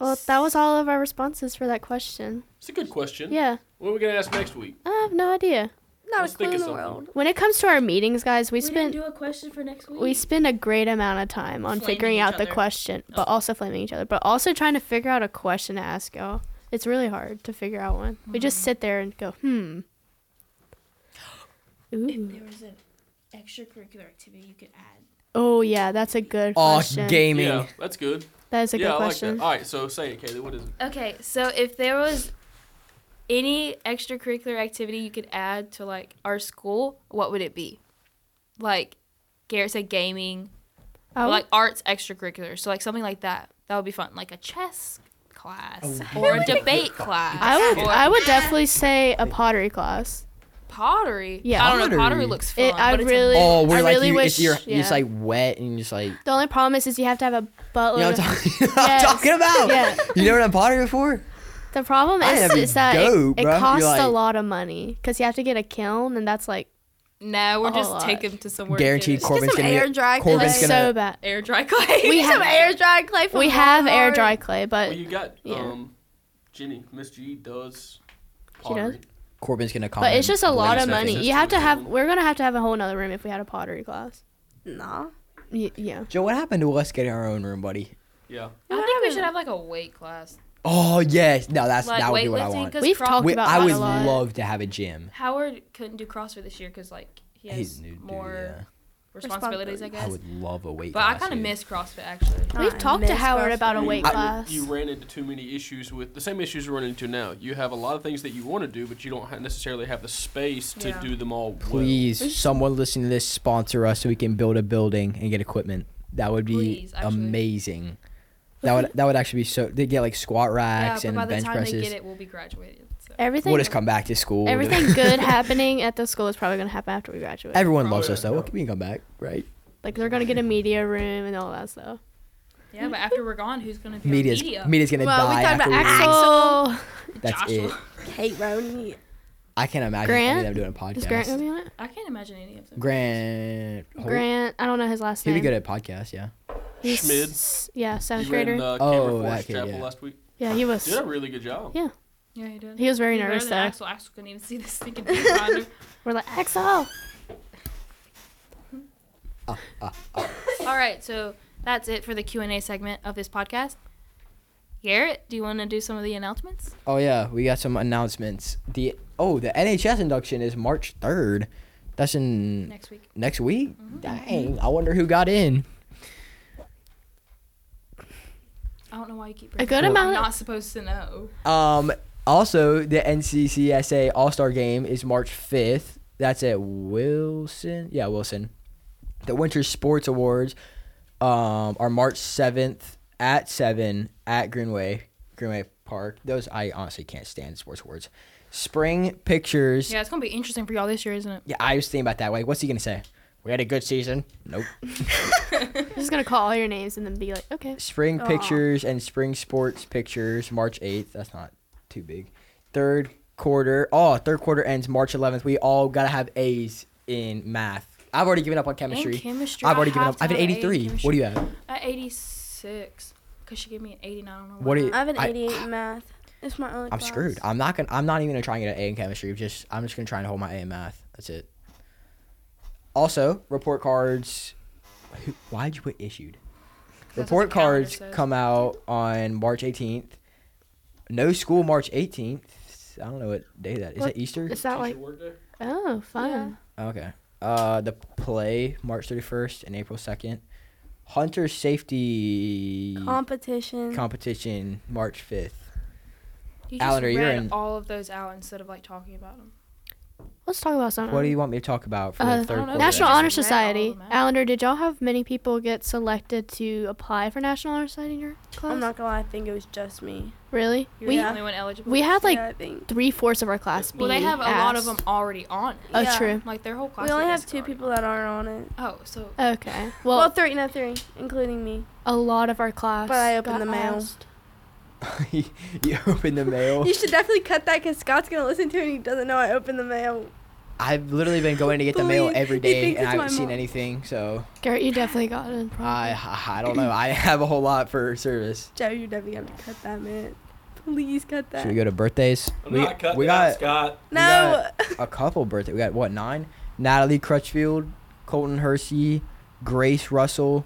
[SPEAKER 2] Well, that was all of our responses for that question.
[SPEAKER 5] It's a good question.
[SPEAKER 2] Yeah,
[SPEAKER 5] What are we gonna ask next week?
[SPEAKER 2] I have no idea.
[SPEAKER 4] Not
[SPEAKER 5] Let's
[SPEAKER 4] a
[SPEAKER 5] think of
[SPEAKER 4] clue in the
[SPEAKER 5] something.
[SPEAKER 4] world.
[SPEAKER 2] When it comes to our meetings, guys, we
[SPEAKER 3] We didn't
[SPEAKER 2] spend
[SPEAKER 3] do a question for next week.
[SPEAKER 2] we spend a great amount of time on
[SPEAKER 3] Flaming
[SPEAKER 2] figuring
[SPEAKER 3] each
[SPEAKER 2] out the
[SPEAKER 3] other. Oh.
[SPEAKER 2] question, but also flaming each other, but also trying to figure out a question to ask y'all. It's really hard to figure out one. We just
[SPEAKER 7] Mm-hmm.
[SPEAKER 2] sit there and go, hmm. Ooh.
[SPEAKER 7] was an extracurricular activity you could add.
[SPEAKER 2] Oh yeah, that's a good
[SPEAKER 1] Oh,
[SPEAKER 2] question.
[SPEAKER 1] gaming.
[SPEAKER 5] Yeah, that's good.
[SPEAKER 2] That is a
[SPEAKER 5] yeah,
[SPEAKER 2] good
[SPEAKER 5] I like
[SPEAKER 2] question.
[SPEAKER 5] that. All right, so say it, Kaylee. What is it?
[SPEAKER 3] Okay, so if there was any extracurricular activity you could add to like our school, what would it be? Like Garrett said, gaming,
[SPEAKER 2] I
[SPEAKER 3] or,
[SPEAKER 2] would-
[SPEAKER 3] like arts extracurriculars. So like something like that. That would be fun, like a chess class
[SPEAKER 1] Oh,
[SPEAKER 3] or a debate class.
[SPEAKER 2] I would
[SPEAKER 3] or
[SPEAKER 2] I would definitely say a pottery class.
[SPEAKER 3] pottery.
[SPEAKER 2] Yeah.
[SPEAKER 3] I don't know.
[SPEAKER 1] Pottery.
[SPEAKER 3] Pottery looks fun.
[SPEAKER 2] It- I
[SPEAKER 3] but it's a-
[SPEAKER 2] really-
[SPEAKER 1] Oh,
[SPEAKER 2] I
[SPEAKER 1] where like
[SPEAKER 2] really
[SPEAKER 1] you,
[SPEAKER 2] wish-
[SPEAKER 1] it's, you're, you're just
[SPEAKER 2] yeah.
[SPEAKER 1] like wet and you're just like.
[SPEAKER 2] The only problem is, is you have to have a
[SPEAKER 1] You know
[SPEAKER 2] buttload.
[SPEAKER 1] what I'm
[SPEAKER 2] of,
[SPEAKER 1] talking, you know what I'm
[SPEAKER 2] Yes.
[SPEAKER 1] talking about?
[SPEAKER 2] Yeah.
[SPEAKER 1] You never done pottery before?
[SPEAKER 2] the problem
[SPEAKER 1] I
[SPEAKER 2] is,
[SPEAKER 1] have
[SPEAKER 2] is that it-
[SPEAKER 1] dope,
[SPEAKER 2] it,
[SPEAKER 1] bruh. You're
[SPEAKER 2] costs a
[SPEAKER 1] like-
[SPEAKER 2] lot of money because you have to get a kiln, and that's like
[SPEAKER 3] No, we're
[SPEAKER 2] a
[SPEAKER 3] just
[SPEAKER 2] lot.
[SPEAKER 3] taking them to somewhere.
[SPEAKER 1] Guaranteed
[SPEAKER 3] Cor-
[SPEAKER 1] Corbin's
[SPEAKER 4] some
[SPEAKER 1] gonna
[SPEAKER 4] air
[SPEAKER 1] get,
[SPEAKER 4] dry
[SPEAKER 1] Corbin's
[SPEAKER 2] it's
[SPEAKER 1] gonna
[SPEAKER 2] so bad.
[SPEAKER 3] air dry clay.
[SPEAKER 2] We
[SPEAKER 4] Some
[SPEAKER 2] have-
[SPEAKER 4] air dry clay. From
[SPEAKER 2] We have air
[SPEAKER 4] Walmart.
[SPEAKER 2] dry clay, but
[SPEAKER 5] Well, you got
[SPEAKER 2] Uh, yeah.
[SPEAKER 5] um, Jenny, Miss G does
[SPEAKER 2] She does?
[SPEAKER 5] pottery.
[SPEAKER 1] Corbin's gonna come.
[SPEAKER 2] but it's just a lot
[SPEAKER 5] Police
[SPEAKER 2] of money.
[SPEAKER 5] officers.
[SPEAKER 2] You have to have. We're gonna have to have a whole nother room if we had a pottery class.
[SPEAKER 4] Nah.
[SPEAKER 2] Y- yeah.
[SPEAKER 1] Joe, what happened to us getting our own room, buddy?
[SPEAKER 5] Yeah,
[SPEAKER 3] I think we should have like a weight class,
[SPEAKER 1] Oh yes, no, that's
[SPEAKER 3] like
[SPEAKER 1] that would be what I
[SPEAKER 3] weightlifting.
[SPEAKER 1] want.
[SPEAKER 3] Because
[SPEAKER 2] We've talked
[SPEAKER 1] We-
[SPEAKER 2] about
[SPEAKER 1] I
[SPEAKER 2] that
[SPEAKER 1] would
[SPEAKER 2] a lot.
[SPEAKER 1] love to have a gym.
[SPEAKER 3] Howard couldn't do CrossFit this year because like he has
[SPEAKER 1] He's a new dude,
[SPEAKER 3] more
[SPEAKER 1] yeah.
[SPEAKER 3] responsibilities, I guess.
[SPEAKER 1] I would love a weight.
[SPEAKER 3] but I
[SPEAKER 1] class,
[SPEAKER 3] kind of
[SPEAKER 1] dude.
[SPEAKER 3] miss CrossFit actually.
[SPEAKER 2] We've
[SPEAKER 4] I
[SPEAKER 2] talked to
[SPEAKER 4] miss
[SPEAKER 2] Howard
[SPEAKER 4] CrossFit.
[SPEAKER 2] about a
[SPEAKER 5] You-
[SPEAKER 2] weight
[SPEAKER 5] I-
[SPEAKER 2] class.
[SPEAKER 5] You ran into too many issues with the same issues you're running into now. You have a lot of things that you want to do, but you don't ha- necessarily have the space to
[SPEAKER 3] Yeah.
[SPEAKER 5] do them all. well.
[SPEAKER 1] Please, someone listening to this sponsor us so we can build a building and get equipment. That would be
[SPEAKER 3] Please, actually.
[SPEAKER 1] amazing. That would that would actually be so. They get like squat
[SPEAKER 3] Yeah,
[SPEAKER 1] racks
[SPEAKER 3] but
[SPEAKER 1] and
[SPEAKER 3] by the
[SPEAKER 1] bench
[SPEAKER 3] time they
[SPEAKER 1] presses.
[SPEAKER 3] get it, we'll be graduated. So.
[SPEAKER 2] Everything.
[SPEAKER 1] We'll just come back to school.
[SPEAKER 2] Everything good happening at the school is probably gonna happen after we graduate.
[SPEAKER 1] Everyone loves
[SPEAKER 5] Probably,
[SPEAKER 1] us though.
[SPEAKER 5] yeah.
[SPEAKER 1] We can come back, right?
[SPEAKER 2] like they're gonna get a media room and all that stuff.
[SPEAKER 3] Yeah, but after we're gone, who's gonna be on
[SPEAKER 1] Media's
[SPEAKER 3] media?
[SPEAKER 1] media's gonna
[SPEAKER 4] Well, we
[SPEAKER 1] die.
[SPEAKER 4] talked
[SPEAKER 1] after
[SPEAKER 4] about
[SPEAKER 1] we leave.
[SPEAKER 2] Axel.
[SPEAKER 1] That's
[SPEAKER 3] Joshua.
[SPEAKER 1] it.
[SPEAKER 4] Kate Roney.
[SPEAKER 1] I can't imagine
[SPEAKER 2] Grant?
[SPEAKER 1] any of them doing a podcast.
[SPEAKER 2] Is Grant gonna be on it?
[SPEAKER 3] I can't imagine any of them.
[SPEAKER 1] Grant. Holt?
[SPEAKER 2] Grant. I don't know his last
[SPEAKER 1] He'd
[SPEAKER 2] name.
[SPEAKER 1] be good at podcasts, yeah.
[SPEAKER 2] He's
[SPEAKER 5] Schmid.
[SPEAKER 2] s- Yeah, seventh
[SPEAKER 5] You ran
[SPEAKER 2] grader.
[SPEAKER 5] uh,
[SPEAKER 1] Oh,
[SPEAKER 5] Camera Force
[SPEAKER 1] that kid,
[SPEAKER 5] Chapel
[SPEAKER 1] yeah.
[SPEAKER 5] last week.
[SPEAKER 2] yeah, he was.
[SPEAKER 5] Did a really good job.
[SPEAKER 2] Yeah.
[SPEAKER 3] Yeah, he did.
[SPEAKER 2] He was very
[SPEAKER 3] He better
[SPEAKER 2] nervous though.
[SPEAKER 3] than Axel. Axel couldn't even see this thing. in the grinder.
[SPEAKER 2] We're like Axel.
[SPEAKER 3] All right, so that's it for the Q and A segment of this podcast. Garrett, do you want to do some of the announcements?
[SPEAKER 1] Oh yeah, we got some announcements. The oh, the NHS induction is March third. That's in next,
[SPEAKER 3] Next week.
[SPEAKER 1] week. Dang, I wonder who got in.
[SPEAKER 3] I don't know why you keep.
[SPEAKER 2] A
[SPEAKER 3] bringing
[SPEAKER 2] good
[SPEAKER 3] that up.
[SPEAKER 2] amount
[SPEAKER 3] I'm
[SPEAKER 2] of-
[SPEAKER 3] not supposed to know.
[SPEAKER 1] Um, also the NCCSA All Star Game is March fifth. That's at Wilson. Yeah, Wilson. The Winter Sports Awards um, are March seventh at seven at Greenway Greenway Park. Those I honestly can't stand sports awards. Spring pictures
[SPEAKER 3] Yeah, it's gonna be interesting for y'all this year, isn't it?
[SPEAKER 1] Yeah, I was thinking about that. Like, what's he gonna say? We had a good season. Nope.
[SPEAKER 2] I'm just gonna call all your names and then be like, okay.
[SPEAKER 1] Spring pictures and spring sports pictures, March eighth. That's not too big. Third quarter. Oh, third quarter ends March eleventh. We all gotta have A's in math. I've already given up on chemistry.
[SPEAKER 3] And chemistry.
[SPEAKER 1] I've already
[SPEAKER 3] I
[SPEAKER 1] given
[SPEAKER 3] have
[SPEAKER 1] up. I have
[SPEAKER 3] to
[SPEAKER 1] an
[SPEAKER 3] have an A in
[SPEAKER 1] eighty-three. What do you have?
[SPEAKER 3] At 86, because she gave me an 89. I don't know
[SPEAKER 1] What
[SPEAKER 3] why.
[SPEAKER 1] do you-
[SPEAKER 4] I have an
[SPEAKER 1] I-
[SPEAKER 4] 88 in math. It's my only.
[SPEAKER 1] I'm
[SPEAKER 4] class.
[SPEAKER 1] screwed. I'm not gonna. I'm not even gonna try and get an A in chemistry. Just I'm just gonna try and hold my A in math. That's it. Also, report cards. who- Why'd you put issued?
[SPEAKER 3] what
[SPEAKER 1] report
[SPEAKER 3] the calendar
[SPEAKER 1] cards
[SPEAKER 3] says.
[SPEAKER 1] come out on March 18th. No school March 18th. I don't know what day that is.
[SPEAKER 2] What-
[SPEAKER 1] that Easter?
[SPEAKER 2] Is that like?
[SPEAKER 5] Teacher work day?
[SPEAKER 2] Oh, fun.
[SPEAKER 1] Okay. Uh, the play March 31st and April 2nd. Hunter safety
[SPEAKER 4] Competition.
[SPEAKER 1] competition March 5th.
[SPEAKER 3] You just
[SPEAKER 1] Allender,
[SPEAKER 3] read
[SPEAKER 1] you're in-
[SPEAKER 3] all of those out instead of like talking about them.
[SPEAKER 2] Let's talk about something.
[SPEAKER 1] What do you want me to talk about for
[SPEAKER 2] Hmm. Uh,
[SPEAKER 1] the third
[SPEAKER 3] I don't know.
[SPEAKER 1] quarter?
[SPEAKER 2] National
[SPEAKER 3] Just
[SPEAKER 2] Honor
[SPEAKER 3] read all
[SPEAKER 2] Society.
[SPEAKER 3] of them out.
[SPEAKER 2] Allender, did y'all have many people get selected to apply for National Honor Society in your class?
[SPEAKER 4] I'm not gonna lie. I think it was just me.
[SPEAKER 2] Really?
[SPEAKER 3] You're
[SPEAKER 2] we
[SPEAKER 3] the only one eligible.
[SPEAKER 2] we had like
[SPEAKER 4] yeah, I think.
[SPEAKER 2] three fourths of our class.
[SPEAKER 3] well, they
[SPEAKER 2] be
[SPEAKER 3] have a lot of
[SPEAKER 2] asked.
[SPEAKER 3] them already on. it.
[SPEAKER 2] Oh,
[SPEAKER 4] Yeah.
[SPEAKER 2] true.
[SPEAKER 3] Like their whole class.
[SPEAKER 4] We only
[SPEAKER 3] is
[SPEAKER 4] have two
[SPEAKER 3] already-
[SPEAKER 4] people that aren't on it.
[SPEAKER 3] Oh, so
[SPEAKER 2] Uh, Okay. Well,
[SPEAKER 4] Well, three, no three, including me.
[SPEAKER 2] a lot of our class.
[SPEAKER 4] But I opened
[SPEAKER 2] got
[SPEAKER 4] the mail.
[SPEAKER 2] asked.
[SPEAKER 1] you open the mail.
[SPEAKER 4] You should definitely cut that because Scott's gonna listen to it and he doesn't know I opened the mail.
[SPEAKER 1] I've literally been going to get the mail
[SPEAKER 4] Please,
[SPEAKER 1] every
[SPEAKER 4] he
[SPEAKER 1] day,
[SPEAKER 4] thinks
[SPEAKER 1] and I
[SPEAKER 4] it's
[SPEAKER 1] haven't
[SPEAKER 4] my
[SPEAKER 1] seen
[SPEAKER 4] mom.
[SPEAKER 1] anything. So
[SPEAKER 2] Garrett, you definitely got it.
[SPEAKER 1] I, I I don't know. I have a whole lot for service.
[SPEAKER 4] Joe, you're definitely gonna have to cut that, man. Please cut that.
[SPEAKER 1] Should we go to birthdays?
[SPEAKER 5] I'm
[SPEAKER 1] we
[SPEAKER 5] not cutting
[SPEAKER 1] we got
[SPEAKER 5] out, Scott.
[SPEAKER 4] no.
[SPEAKER 1] a couple birthday. We got what nine? Natalie Crutchfield, Colton Hersey, Grace Russell,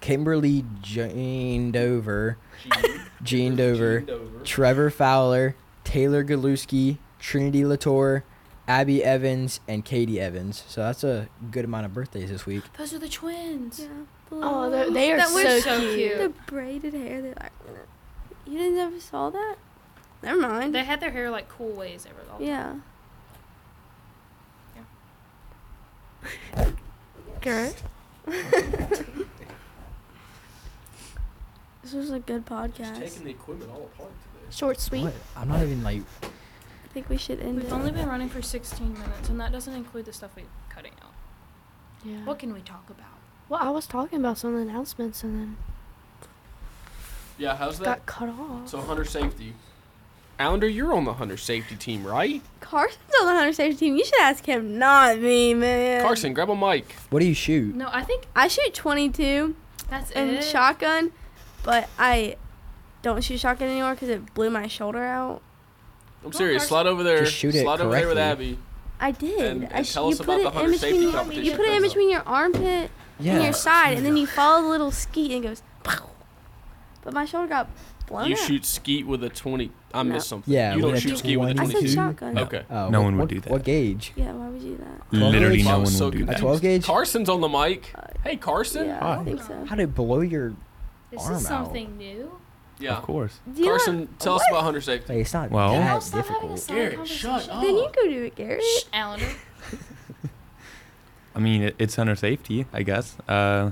[SPEAKER 1] Kimberly Jane Dover,
[SPEAKER 5] G.
[SPEAKER 1] Gene Dover,
[SPEAKER 5] Gene Dover.
[SPEAKER 1] Trevor Fowler, Taylor Galuski, Trinity Latour, Abby Evans, and Katie Evans. So that's a good amount of birthdays this week.
[SPEAKER 3] Those are the twins.
[SPEAKER 2] Oh, they're- they are
[SPEAKER 3] That
[SPEAKER 2] so,
[SPEAKER 3] was so
[SPEAKER 2] cute.
[SPEAKER 3] cute.
[SPEAKER 4] The braided hair. They're like, you didn't ever saw that? Never mind.
[SPEAKER 3] They had their hair like cool ways over the
[SPEAKER 4] yeah.
[SPEAKER 2] Garrett?
[SPEAKER 4] This was a good
[SPEAKER 5] Just
[SPEAKER 4] podcast.
[SPEAKER 5] taking the equipment all apart today.
[SPEAKER 2] Short, sweet.
[SPEAKER 1] What? I'm not even like.
[SPEAKER 4] I think we should end
[SPEAKER 3] We've
[SPEAKER 4] it.
[SPEAKER 3] only been running for 16 minutes, and that doesn't include the stuff we're cutting out.
[SPEAKER 2] Yeah.
[SPEAKER 3] What can we talk about?
[SPEAKER 2] Well, I was talking about some announcements and then
[SPEAKER 5] Yeah, how's that?
[SPEAKER 2] got cut off.
[SPEAKER 5] So hunter safety. Allender, you're on the hunter safety team, right?
[SPEAKER 4] Carson's on the hunter safety team. You should ask him, not me, man.
[SPEAKER 5] Carson, grab a mic.
[SPEAKER 1] What do you shoot?
[SPEAKER 3] No, I think
[SPEAKER 4] I shoot 22
[SPEAKER 3] that's
[SPEAKER 4] and
[SPEAKER 3] it.
[SPEAKER 4] shotgun, but I don't shoot shotgun anymore because it blew my shoulder out.
[SPEAKER 5] I'm serious. Slide over there.
[SPEAKER 1] Just shoot it
[SPEAKER 5] Slide over there with
[SPEAKER 1] correctly.
[SPEAKER 5] Abby.
[SPEAKER 4] I did.
[SPEAKER 5] And-
[SPEAKER 4] I
[SPEAKER 5] and tell us
[SPEAKER 4] you
[SPEAKER 5] about
[SPEAKER 4] put
[SPEAKER 5] the
[SPEAKER 4] it
[SPEAKER 5] hunter
[SPEAKER 4] in
[SPEAKER 5] safety
[SPEAKER 4] between, You
[SPEAKER 5] competition
[SPEAKER 4] put it in
[SPEAKER 5] thumbs up.
[SPEAKER 4] between your armpit and your side, and then you follow the little skeet and it goes. Pow. But my shoulder got blown
[SPEAKER 5] You
[SPEAKER 4] out.
[SPEAKER 5] shoot skeet with a 20. I
[SPEAKER 4] No.
[SPEAKER 5] missed something.
[SPEAKER 1] Yeah.
[SPEAKER 5] You don't
[SPEAKER 1] a
[SPEAKER 5] shoot skeet with a
[SPEAKER 4] I said
[SPEAKER 5] 22.
[SPEAKER 4] shotgun. No.
[SPEAKER 5] Okay.
[SPEAKER 1] Oh,
[SPEAKER 8] No
[SPEAKER 1] what-
[SPEAKER 8] one would
[SPEAKER 1] what-
[SPEAKER 8] do that.
[SPEAKER 1] What gauge?
[SPEAKER 4] Yeah, why would you do that?
[SPEAKER 8] Literally,
[SPEAKER 1] Twelve
[SPEAKER 8] no
[SPEAKER 5] I
[SPEAKER 8] one
[SPEAKER 5] was so
[SPEAKER 8] will
[SPEAKER 1] A
[SPEAKER 8] do that.
[SPEAKER 5] confused.
[SPEAKER 1] 12 gauge?
[SPEAKER 5] Carson's on the mic. Hey, Carson.
[SPEAKER 4] Uh, Yeah, I don't think so.
[SPEAKER 1] How to blow your?
[SPEAKER 7] This
[SPEAKER 1] Arm out.
[SPEAKER 7] is something new.
[SPEAKER 5] Yeah.
[SPEAKER 8] Of course.
[SPEAKER 4] Do you
[SPEAKER 5] Carson,
[SPEAKER 4] want-
[SPEAKER 5] tell us
[SPEAKER 4] what?
[SPEAKER 5] about hunter safety.
[SPEAKER 1] Hey, it's not
[SPEAKER 8] Well-
[SPEAKER 1] that
[SPEAKER 8] I'll
[SPEAKER 7] stop having a
[SPEAKER 1] difficult.
[SPEAKER 7] Garrett, shut
[SPEAKER 4] Then you go do it, Garrett.
[SPEAKER 3] Shh,
[SPEAKER 7] Allender.
[SPEAKER 8] I mean, it, it's under safety, I guess. Uh,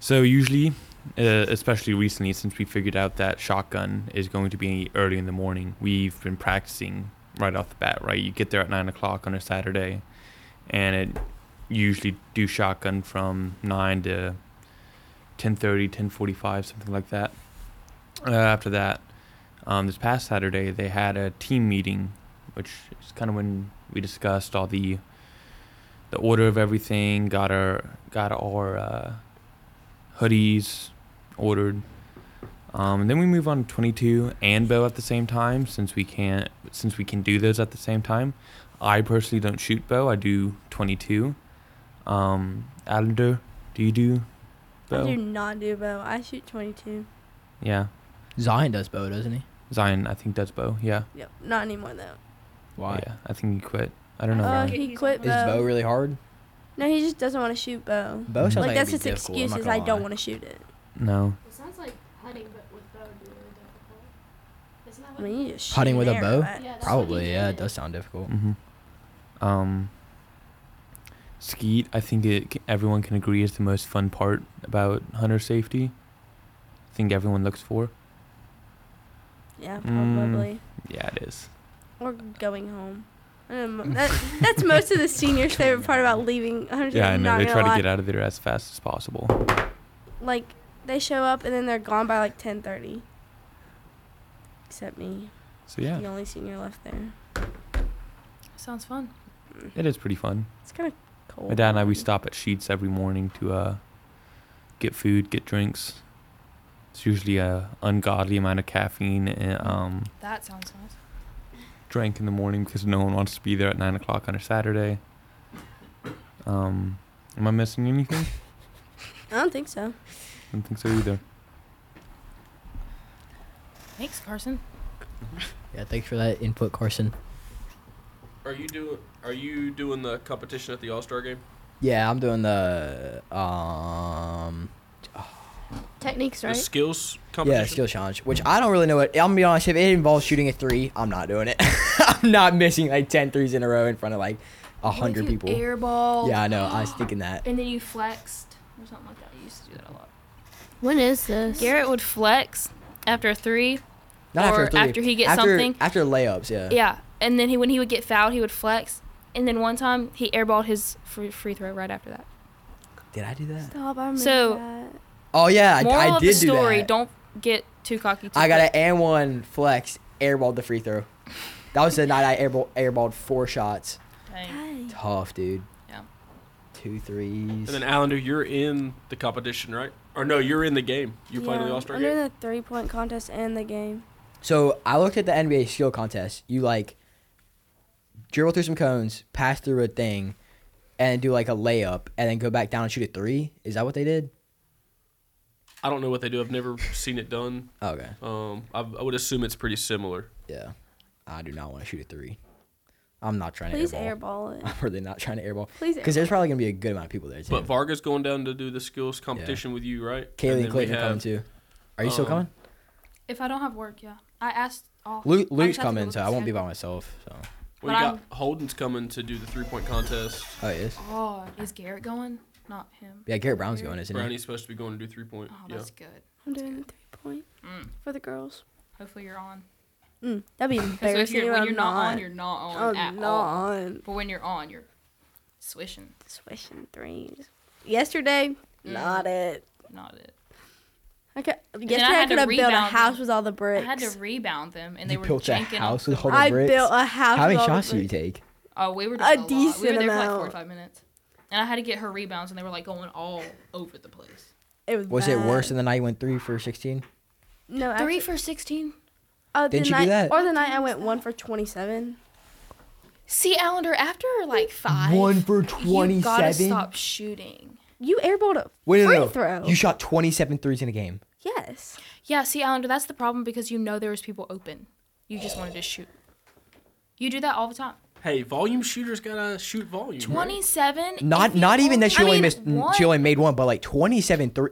[SPEAKER 8] so usually, uh, especially recently, since we figured out that shotgun is going to be early in the morning, we've been practicing right off the bat. Right, you get there at nine o'clock on a Saturday, and it you usually do shotgun from nine to 10.30, 10.45, something like that. Uh, after that, um, this past Saturday they had a team meeting, which is kind of when we discussed all the the order of everything. Got our got our uh, hoodies ordered. Um, and then we move on to 22 and bow at the same time since we can't since we can do those at the same time. I personally don't shoot bow. I do 22. Um, Allender, do you do
[SPEAKER 4] I
[SPEAKER 8] bow?
[SPEAKER 4] do not do bow. I shoot 22.
[SPEAKER 8] Yeah,
[SPEAKER 1] Zion does bow, doesn't he?
[SPEAKER 8] Zion I think does bow. Yeah,
[SPEAKER 4] Yep, not anymore though.
[SPEAKER 1] Why?
[SPEAKER 8] yeah. I think he quit. I don't know.
[SPEAKER 4] Oh,
[SPEAKER 8] why.
[SPEAKER 7] Okay.
[SPEAKER 4] he
[SPEAKER 7] He's
[SPEAKER 4] quit
[SPEAKER 7] on
[SPEAKER 1] Is bow
[SPEAKER 4] bow.
[SPEAKER 1] really hard?
[SPEAKER 4] No, he just doesn't want to shoot bow.
[SPEAKER 1] Bow sounds like,
[SPEAKER 4] Like that's
[SPEAKER 1] it'd
[SPEAKER 4] his
[SPEAKER 1] be difficult, I'm
[SPEAKER 4] excuse
[SPEAKER 1] not
[SPEAKER 4] is
[SPEAKER 1] gonna
[SPEAKER 4] I don't
[SPEAKER 1] lie.
[SPEAKER 4] want to shoot it.
[SPEAKER 8] No.
[SPEAKER 7] It sounds like hunting, but with bow would be really difficult. Isn't that
[SPEAKER 4] I
[SPEAKER 7] what?
[SPEAKER 4] mean, you just shoot
[SPEAKER 1] Hunting
[SPEAKER 4] an
[SPEAKER 1] with a
[SPEAKER 4] arrow
[SPEAKER 1] bow?
[SPEAKER 4] at-
[SPEAKER 7] yeah, that's what he
[SPEAKER 1] Probably, yeah. It
[SPEAKER 7] did.
[SPEAKER 1] does sound difficult.
[SPEAKER 8] hmm Um, skeet, I think it, c- everyone can agree is the most fun part about hunter safety. I think everyone looks for.
[SPEAKER 4] Yeah,
[SPEAKER 8] Mm.
[SPEAKER 4] probably.
[SPEAKER 8] Yeah, it is.
[SPEAKER 4] Or going home. I don't know, that, that's most of the seniors' favorite part about leaving. I'm
[SPEAKER 8] Yeah, I know.
[SPEAKER 4] Not
[SPEAKER 8] They
[SPEAKER 4] gonna
[SPEAKER 8] try
[SPEAKER 4] lie.
[SPEAKER 8] to get out of there as fast as possible.
[SPEAKER 4] Like they show up and then they're gone by like 10:30. Except me,
[SPEAKER 8] So yeah,
[SPEAKER 4] the only senior left there.
[SPEAKER 3] Sounds fun.
[SPEAKER 8] it is pretty fun.
[SPEAKER 4] It's kind of cold.
[SPEAKER 8] My dad and I
[SPEAKER 4] man.
[SPEAKER 8] we stop at Sheets every morning to uh, get food, get drinks. It's usually a ungodly amount of caffeine and um,
[SPEAKER 3] That sounds fun.
[SPEAKER 8] drank in the morning because no one wants to be there at nine o'clock on a Saturday. Um, am I missing anything?
[SPEAKER 4] I don't think so.
[SPEAKER 8] I don't think so either.
[SPEAKER 3] Thanks, Carson.
[SPEAKER 1] Yeah, thanks for that input, Carson.
[SPEAKER 5] Are you doing? Are you doing the competition at the All Star game?
[SPEAKER 1] Yeah, I'm doing the um
[SPEAKER 2] Techniques, right?
[SPEAKER 5] The skills competition.
[SPEAKER 1] yeah skill challenge, which I don't really know what. I'm gonna be honest, if it involves shooting a three, I'm not doing it. I'm not missing like 10 threes in a row in front of like a hundred people.
[SPEAKER 3] Airball.
[SPEAKER 1] Yeah, I know. I was thinking that.
[SPEAKER 7] And then you flexed or something like that. You used to do that a lot.
[SPEAKER 2] when is this?
[SPEAKER 3] Garrett would flex after a three.
[SPEAKER 1] Not after
[SPEAKER 3] Or
[SPEAKER 1] a three.
[SPEAKER 3] after he gets
[SPEAKER 1] After-
[SPEAKER 3] something.
[SPEAKER 1] After layups, yeah.
[SPEAKER 3] Yeah, and then he when he would get fouled, he would flex. And then one time he airballed his free, free throw right after that.
[SPEAKER 1] Did I do that?
[SPEAKER 4] Stop. I remember
[SPEAKER 3] So-
[SPEAKER 4] that.
[SPEAKER 1] Oh yeah, I,
[SPEAKER 3] Moral
[SPEAKER 1] I
[SPEAKER 3] of
[SPEAKER 1] did
[SPEAKER 3] the story:
[SPEAKER 1] do that.
[SPEAKER 3] Don't get too cocky. Too
[SPEAKER 1] I got
[SPEAKER 3] quick.
[SPEAKER 1] an and one flex, airballed the free throw. That was the night I airball, airballed four shots.
[SPEAKER 3] Dang.
[SPEAKER 4] Hi.
[SPEAKER 1] Tough, dude.
[SPEAKER 3] Yeah.
[SPEAKER 1] Two threes.
[SPEAKER 5] And then Allender, you're in the competition, right? Or no, you're in the game. You're playing in the
[SPEAKER 4] Yeah,
[SPEAKER 5] All Star
[SPEAKER 4] I'm
[SPEAKER 5] game.
[SPEAKER 4] doing the three point contest and the game.
[SPEAKER 1] So I looked at the NBA skill contest. You like dribble through some cones, pass through a thing, and do like a layup, and then go back down and shoot a three. Is that what they did?
[SPEAKER 5] I don't know what they do. I've never seen it done.
[SPEAKER 1] Okay.
[SPEAKER 5] Um, I, I would assume it's pretty similar.
[SPEAKER 1] Yeah. I do not want to shoot a three. I'm not trying
[SPEAKER 4] Please
[SPEAKER 1] to airball.
[SPEAKER 4] airball it.
[SPEAKER 1] I'm really not trying to airball.
[SPEAKER 4] Please
[SPEAKER 1] Because
[SPEAKER 4] airball.
[SPEAKER 1] there's probably going to be a good amount of people there, too.
[SPEAKER 5] But Varga's going down to do the skills competition with you, right?
[SPEAKER 1] Kaylee
[SPEAKER 5] then
[SPEAKER 1] and
[SPEAKER 5] we
[SPEAKER 1] Clayton are coming,
[SPEAKER 5] have-
[SPEAKER 1] too. Are you still
[SPEAKER 5] um,
[SPEAKER 1] coming?
[SPEAKER 3] If I don't have work, yeah. I asked all.
[SPEAKER 1] Luke,
[SPEAKER 3] I
[SPEAKER 1] Luke's
[SPEAKER 3] just have to
[SPEAKER 1] coming,
[SPEAKER 3] look
[SPEAKER 1] so
[SPEAKER 3] at
[SPEAKER 1] I won't be by
[SPEAKER 3] schedule.
[SPEAKER 1] myself. So.
[SPEAKER 5] We
[SPEAKER 3] But
[SPEAKER 5] got
[SPEAKER 3] I'm-
[SPEAKER 5] Holden's coming to do the three point contest.
[SPEAKER 1] Oh, he is?
[SPEAKER 3] Oh, is Garrett going? Not him.
[SPEAKER 1] Yeah, Garrett Brown's going, isn't he?
[SPEAKER 5] Brownie's supposed to be going to do three point.
[SPEAKER 3] Oh,
[SPEAKER 5] yeah.
[SPEAKER 3] that's good.
[SPEAKER 4] I'm doing the three point
[SPEAKER 3] Mm.
[SPEAKER 4] for the girls.
[SPEAKER 3] Hopefully you're on.
[SPEAKER 4] Mm, that'd be
[SPEAKER 3] Because
[SPEAKER 4] embarrassing.
[SPEAKER 3] if you're, when
[SPEAKER 4] I'm
[SPEAKER 3] you're not, on, you're not on at
[SPEAKER 4] I'm not
[SPEAKER 3] all.
[SPEAKER 4] on.
[SPEAKER 3] But when you're on, you're swishing.
[SPEAKER 4] Swishing threes. Yesterday,
[SPEAKER 3] Mm.
[SPEAKER 4] not it.
[SPEAKER 3] Not it.
[SPEAKER 4] I could,
[SPEAKER 3] then I
[SPEAKER 4] yesterday I,
[SPEAKER 3] had
[SPEAKER 4] could
[SPEAKER 3] to
[SPEAKER 4] have built a
[SPEAKER 3] rebound
[SPEAKER 4] house
[SPEAKER 3] them.
[SPEAKER 4] with all the bricks.
[SPEAKER 3] I had to rebound them, and they
[SPEAKER 1] You
[SPEAKER 3] were
[SPEAKER 1] built a
[SPEAKER 3] janking
[SPEAKER 1] house
[SPEAKER 3] off
[SPEAKER 1] with all
[SPEAKER 3] the-
[SPEAKER 1] the
[SPEAKER 4] I
[SPEAKER 1] bricks?
[SPEAKER 4] built a house.
[SPEAKER 1] How
[SPEAKER 4] with
[SPEAKER 1] many
[SPEAKER 4] all the
[SPEAKER 1] shots do you
[SPEAKER 4] bricks.
[SPEAKER 1] take?
[SPEAKER 3] Oh, we were
[SPEAKER 4] A
[SPEAKER 3] doing a, lot.
[SPEAKER 4] decent
[SPEAKER 3] We were there for like
[SPEAKER 4] amount.
[SPEAKER 3] 45 minutes, and I had to get her rebounds, and they were like going all over the place.
[SPEAKER 4] It was,
[SPEAKER 1] Was it
[SPEAKER 4] bad.
[SPEAKER 1] worse than the night you went three for 16?
[SPEAKER 4] No,
[SPEAKER 3] Three
[SPEAKER 4] actually,
[SPEAKER 3] for 16.
[SPEAKER 4] uh, the
[SPEAKER 1] Didn't you do
[SPEAKER 4] night,
[SPEAKER 1] that?
[SPEAKER 4] Or the night I went one for twenty-seven.
[SPEAKER 3] See, Allender, after like five,
[SPEAKER 1] One for
[SPEAKER 3] you gotta
[SPEAKER 1] 27?
[SPEAKER 3] stop shooting.
[SPEAKER 4] You airballed a
[SPEAKER 1] Wait,
[SPEAKER 4] free
[SPEAKER 1] no, no.
[SPEAKER 4] throw.
[SPEAKER 1] You shot 27 threes in a game.
[SPEAKER 4] yes.
[SPEAKER 3] Yeah, see, Allender, that's the problem because you know there was people open. You just wanted to shoot. You do that all the time.
[SPEAKER 5] Hey, volume shooters gotta shoot volume. right?
[SPEAKER 3] 27.
[SPEAKER 1] Not
[SPEAKER 3] if you
[SPEAKER 1] not even that she
[SPEAKER 3] I
[SPEAKER 1] only
[SPEAKER 3] mean,
[SPEAKER 1] missed mm,
[SPEAKER 3] one-
[SPEAKER 1] she only made one, but like 27 three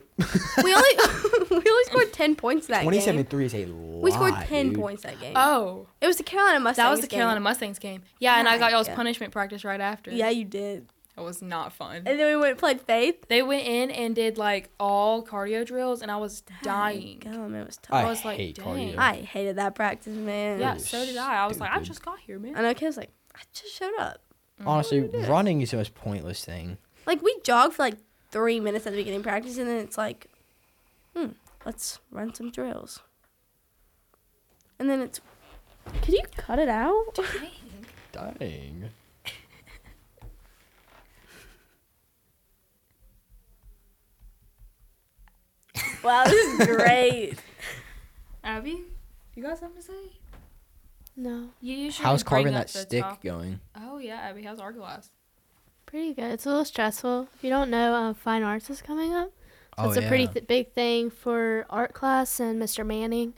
[SPEAKER 4] We only we only scored ten points that
[SPEAKER 1] 27
[SPEAKER 4] game.
[SPEAKER 1] three is a lot.
[SPEAKER 4] We scored ten
[SPEAKER 1] dude.
[SPEAKER 4] points that game.
[SPEAKER 3] Oh,
[SPEAKER 4] it was the Carolina Mustangs.
[SPEAKER 3] that was the
[SPEAKER 4] game.
[SPEAKER 3] Carolina Mustangs game. Yeah, and I got y'all's
[SPEAKER 4] Yeah.
[SPEAKER 3] punishment practice right after.
[SPEAKER 4] Yeah, you did.
[SPEAKER 3] It was not fun.
[SPEAKER 4] And then we went and played Faith.
[SPEAKER 3] They went in and did like all cardio drills, and I was dying.
[SPEAKER 4] Damn, it was
[SPEAKER 1] I,
[SPEAKER 4] tough.
[SPEAKER 3] was like,
[SPEAKER 1] hate
[SPEAKER 3] dang.
[SPEAKER 1] cardio.
[SPEAKER 4] I hated that practice, man.
[SPEAKER 3] Yeah,
[SPEAKER 1] That is
[SPEAKER 3] so did I. I was like, I
[SPEAKER 1] stupid.
[SPEAKER 3] just got here, man.
[SPEAKER 4] I know. Kid was like, I just showed up.
[SPEAKER 1] Honestly, running is the most pointless thing.
[SPEAKER 4] Like we jogged for like three minutes at the beginning of practice, and then it's like, hmm, let's run some drills. And then it's, could you cut it out?
[SPEAKER 1] Dang.
[SPEAKER 4] wow, this is great.
[SPEAKER 3] Abby, you got something to say?
[SPEAKER 2] No,
[SPEAKER 3] You usually
[SPEAKER 1] How's
[SPEAKER 3] bring
[SPEAKER 1] carving
[SPEAKER 3] up
[SPEAKER 1] that
[SPEAKER 3] the
[SPEAKER 1] stick
[SPEAKER 3] top-
[SPEAKER 1] going?
[SPEAKER 3] Oh yeah, Abby, how's our glass?
[SPEAKER 2] pretty good. It's a little stressful. If you don't know, uh, fine arts is coming up. So
[SPEAKER 1] Oh,
[SPEAKER 2] it's a pretty th- big thing for art class and Mr. Manning.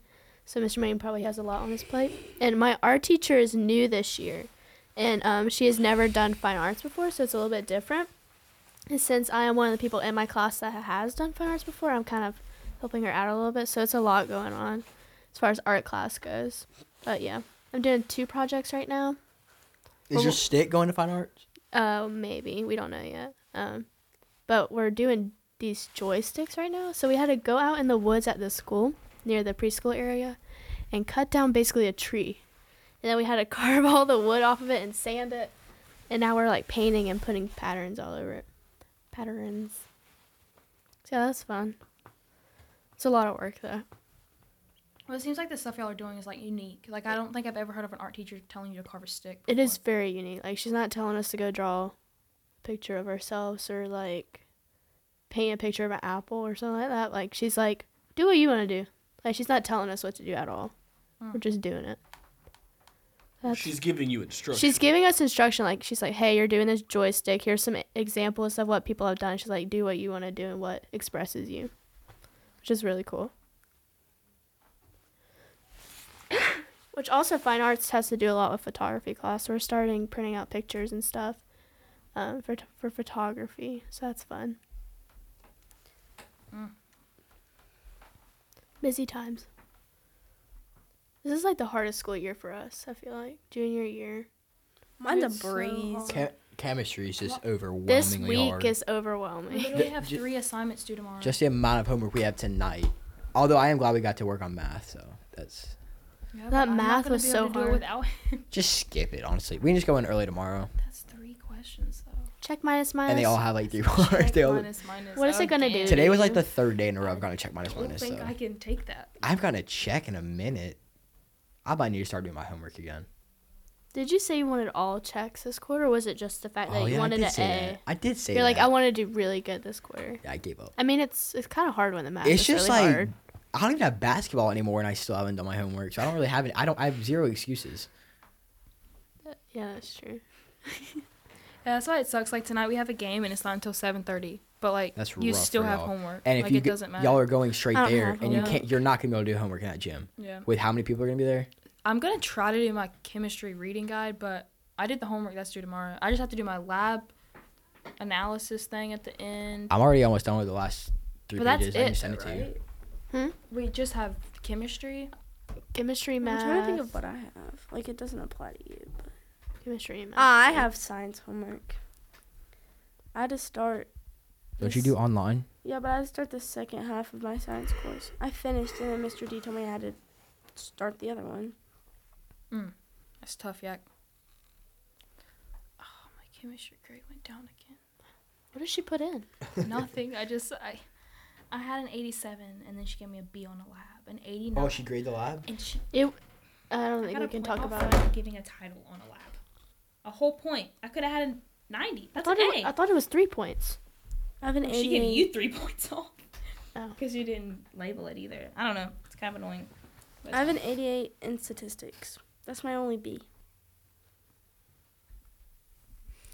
[SPEAKER 2] So Mr. Manning probably has a lot on his plate. And my art teacher is new this year, and um, she has never done fine arts before, so it's a little bit different. And since I am one of the people in my class that has done fine arts before, I'm kind of helping her out a little bit. So it's a lot going on as far as art class goes. But yeah, I'm doing two projects right now.
[SPEAKER 1] Is your stick going to fine arts?
[SPEAKER 2] Uh, maybe we don't know yet. Um, but we're doing these joysticks right now. So we had to go out in the woods at the school near the preschool area, and cut down basically a tree, and then we had to carve all the wood off of it and sand it, and now we're like painting and putting patterns all over it, patterns. So yeah, that's fun. It's a lot of work though.
[SPEAKER 3] Well, it seems like the stuff y'all are doing is like unique. Like I don't think I've ever heard of an art teacher telling you to carve a stick.
[SPEAKER 2] It is
[SPEAKER 3] before.
[SPEAKER 2] very unique. Like she's not telling us to go draw a picture of ourselves or like paint a picture of an apple or something like that. Like she's like, do what you want to do. Like she's not telling us what to do at all. We're just doing it. That's, she's,
[SPEAKER 5] She's giving you instructions.
[SPEAKER 2] giving us instruction. Like she's like, hey, you're doing this joystick. Here's some examples of what people have done. She's like, do what you want to do and what expresses you, which is really cool. Which also fine arts has to do a lot with photography class. We're starting printing out pictures and stuff um, for for photography, so that's fun. Busy times. This is like the hardest school year for us. I feel like junior year.
[SPEAKER 4] Mine's
[SPEAKER 3] It's
[SPEAKER 4] a
[SPEAKER 3] so
[SPEAKER 4] breeze.
[SPEAKER 3] hard.
[SPEAKER 1] Chem- chemistry is just overwhelmingly
[SPEAKER 2] This week
[SPEAKER 1] hard.
[SPEAKER 2] is
[SPEAKER 3] We
[SPEAKER 2] overwhelming.
[SPEAKER 3] literally have
[SPEAKER 1] ju-
[SPEAKER 3] three assignments due tomorrow.
[SPEAKER 1] just the amount of homework we have tonight. Although I am glad we got to work on math, so that's
[SPEAKER 3] Yeah, but
[SPEAKER 2] that
[SPEAKER 3] I'm not
[SPEAKER 2] math
[SPEAKER 3] gonna
[SPEAKER 2] was
[SPEAKER 3] be able
[SPEAKER 2] so
[SPEAKER 3] to do it
[SPEAKER 2] hard.
[SPEAKER 3] Without him.
[SPEAKER 1] just skip it. Honestly, we can just go in early tomorrow,
[SPEAKER 3] That's three questions though.
[SPEAKER 2] Check minus minus.
[SPEAKER 1] and they all have like three homework. They all-
[SPEAKER 3] minus, minus. Oh,
[SPEAKER 2] What is it gonna
[SPEAKER 3] damn.
[SPEAKER 2] do?
[SPEAKER 1] Today was like the third day in a row I've gone to check minus
[SPEAKER 3] I don't
[SPEAKER 1] minus. uh,
[SPEAKER 3] think
[SPEAKER 1] So
[SPEAKER 3] I can take that.
[SPEAKER 1] I've got to check in a minute. I might need to start doing my homework again.
[SPEAKER 2] Did you say you wanted all checks this quarter, or was it just the fact that you wanted
[SPEAKER 1] Oh, I did
[SPEAKER 2] an
[SPEAKER 1] say
[SPEAKER 2] A?
[SPEAKER 1] that. I did say
[SPEAKER 2] You're like,
[SPEAKER 1] that.
[SPEAKER 2] I want to do really good this quarter.
[SPEAKER 1] yeah, I gave up.
[SPEAKER 2] I mean, it's it's kind of hard when the math
[SPEAKER 1] it's
[SPEAKER 2] is
[SPEAKER 1] just
[SPEAKER 2] really
[SPEAKER 1] like
[SPEAKER 2] hard.
[SPEAKER 1] I don't even have basketball anymore, and I still haven't done my homework, so I don't really have it. I don't. I have zero excuses.
[SPEAKER 2] Yeah, that's true.
[SPEAKER 3] Yeah, that's why it sucks. Like tonight we have a game and it's not until seven thirty. But like
[SPEAKER 1] That's
[SPEAKER 3] you
[SPEAKER 1] rough
[SPEAKER 3] still
[SPEAKER 1] for
[SPEAKER 3] have
[SPEAKER 1] y'all.
[SPEAKER 3] homework.
[SPEAKER 1] And if
[SPEAKER 3] like
[SPEAKER 1] you
[SPEAKER 3] it
[SPEAKER 1] go-
[SPEAKER 3] doesn't matter.
[SPEAKER 1] y'all are going straight
[SPEAKER 2] I don't
[SPEAKER 1] there,
[SPEAKER 2] have
[SPEAKER 1] and you
[SPEAKER 3] homework.
[SPEAKER 1] can't, you're not gonna be able to do homework in that gym.
[SPEAKER 3] yeah.
[SPEAKER 1] With how many people are gonna be there?
[SPEAKER 3] I'm gonna try to do my chemistry reading guide, but I did the homework that's due tomorrow. I just have to do my lab analysis thing at the end.
[SPEAKER 1] I'm already almost done with the last three
[SPEAKER 3] But that's
[SPEAKER 1] pages. I can
[SPEAKER 3] it,
[SPEAKER 1] send it to you.
[SPEAKER 3] right?
[SPEAKER 2] Hmm?
[SPEAKER 3] We just have chemistry.
[SPEAKER 2] Chemistry,
[SPEAKER 4] I'm
[SPEAKER 2] math.
[SPEAKER 4] trying to think of what I have. Like it doesn't apply to you. But.
[SPEAKER 2] chemistry, and math.
[SPEAKER 4] Ah, I have science homework. I had to start.
[SPEAKER 1] Don't
[SPEAKER 4] this-
[SPEAKER 1] you do online?
[SPEAKER 4] Yeah, but I had to start the second half of my science course. I finished, and then Mr. D told me I had to start the other one.
[SPEAKER 3] That's tough, yak. Oh, my chemistry grade went down again.
[SPEAKER 2] What did she put in?
[SPEAKER 3] Nothing. I just I I had an 87, and then she gave me a B on a lab, an 89.
[SPEAKER 1] graded Oh, the lab.
[SPEAKER 3] and she
[SPEAKER 2] I don't
[SPEAKER 3] I
[SPEAKER 2] think
[SPEAKER 3] got
[SPEAKER 2] we can
[SPEAKER 3] a point
[SPEAKER 2] talk
[SPEAKER 3] off
[SPEAKER 2] about
[SPEAKER 3] for
[SPEAKER 2] it.
[SPEAKER 3] Giving a title on a lab, a whole point. I could have had a 90.
[SPEAKER 2] I
[SPEAKER 3] That's an
[SPEAKER 2] thought, it, wa-
[SPEAKER 3] A.
[SPEAKER 2] I thought it was three points.
[SPEAKER 4] I have an
[SPEAKER 3] She gave
[SPEAKER 4] 88.
[SPEAKER 3] you three points off.
[SPEAKER 2] Oh.
[SPEAKER 3] Because you didn't label it either. I don't know. It's kind of annoying.
[SPEAKER 4] I have an 88 in statistics. That's my only B.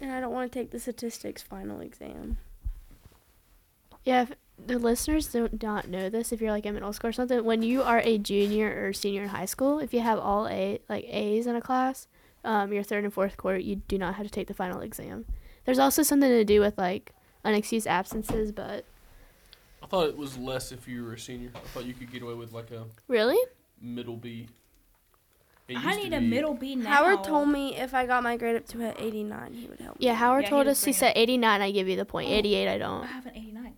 [SPEAKER 4] And I don't want to take the statistics final exam.
[SPEAKER 2] Yeah, if the listeners don't not know this, if you're like in middle school or something, when you are a junior or senior in high school, if you have all a like A's in a class, um, your third and fourth quarter, you do not have to take the final exam. There's also something to do with like unexcused absences, but
[SPEAKER 5] I thought it was less if you were a senior. I thought you could get away with like a
[SPEAKER 2] really,
[SPEAKER 5] middle B. It
[SPEAKER 3] I
[SPEAKER 5] used to
[SPEAKER 3] need a
[SPEAKER 5] be-
[SPEAKER 3] middle B now.
[SPEAKER 4] Howard told me if I got my grade up to an 89, he would help. me.
[SPEAKER 2] yeah. Howard
[SPEAKER 3] Yeah, he
[SPEAKER 2] told
[SPEAKER 3] was
[SPEAKER 2] us he
[SPEAKER 3] bringing
[SPEAKER 2] said 89. I give you the point.
[SPEAKER 3] Oh.
[SPEAKER 2] 88. I
[SPEAKER 3] I
[SPEAKER 2] don't.
[SPEAKER 3] have an 89.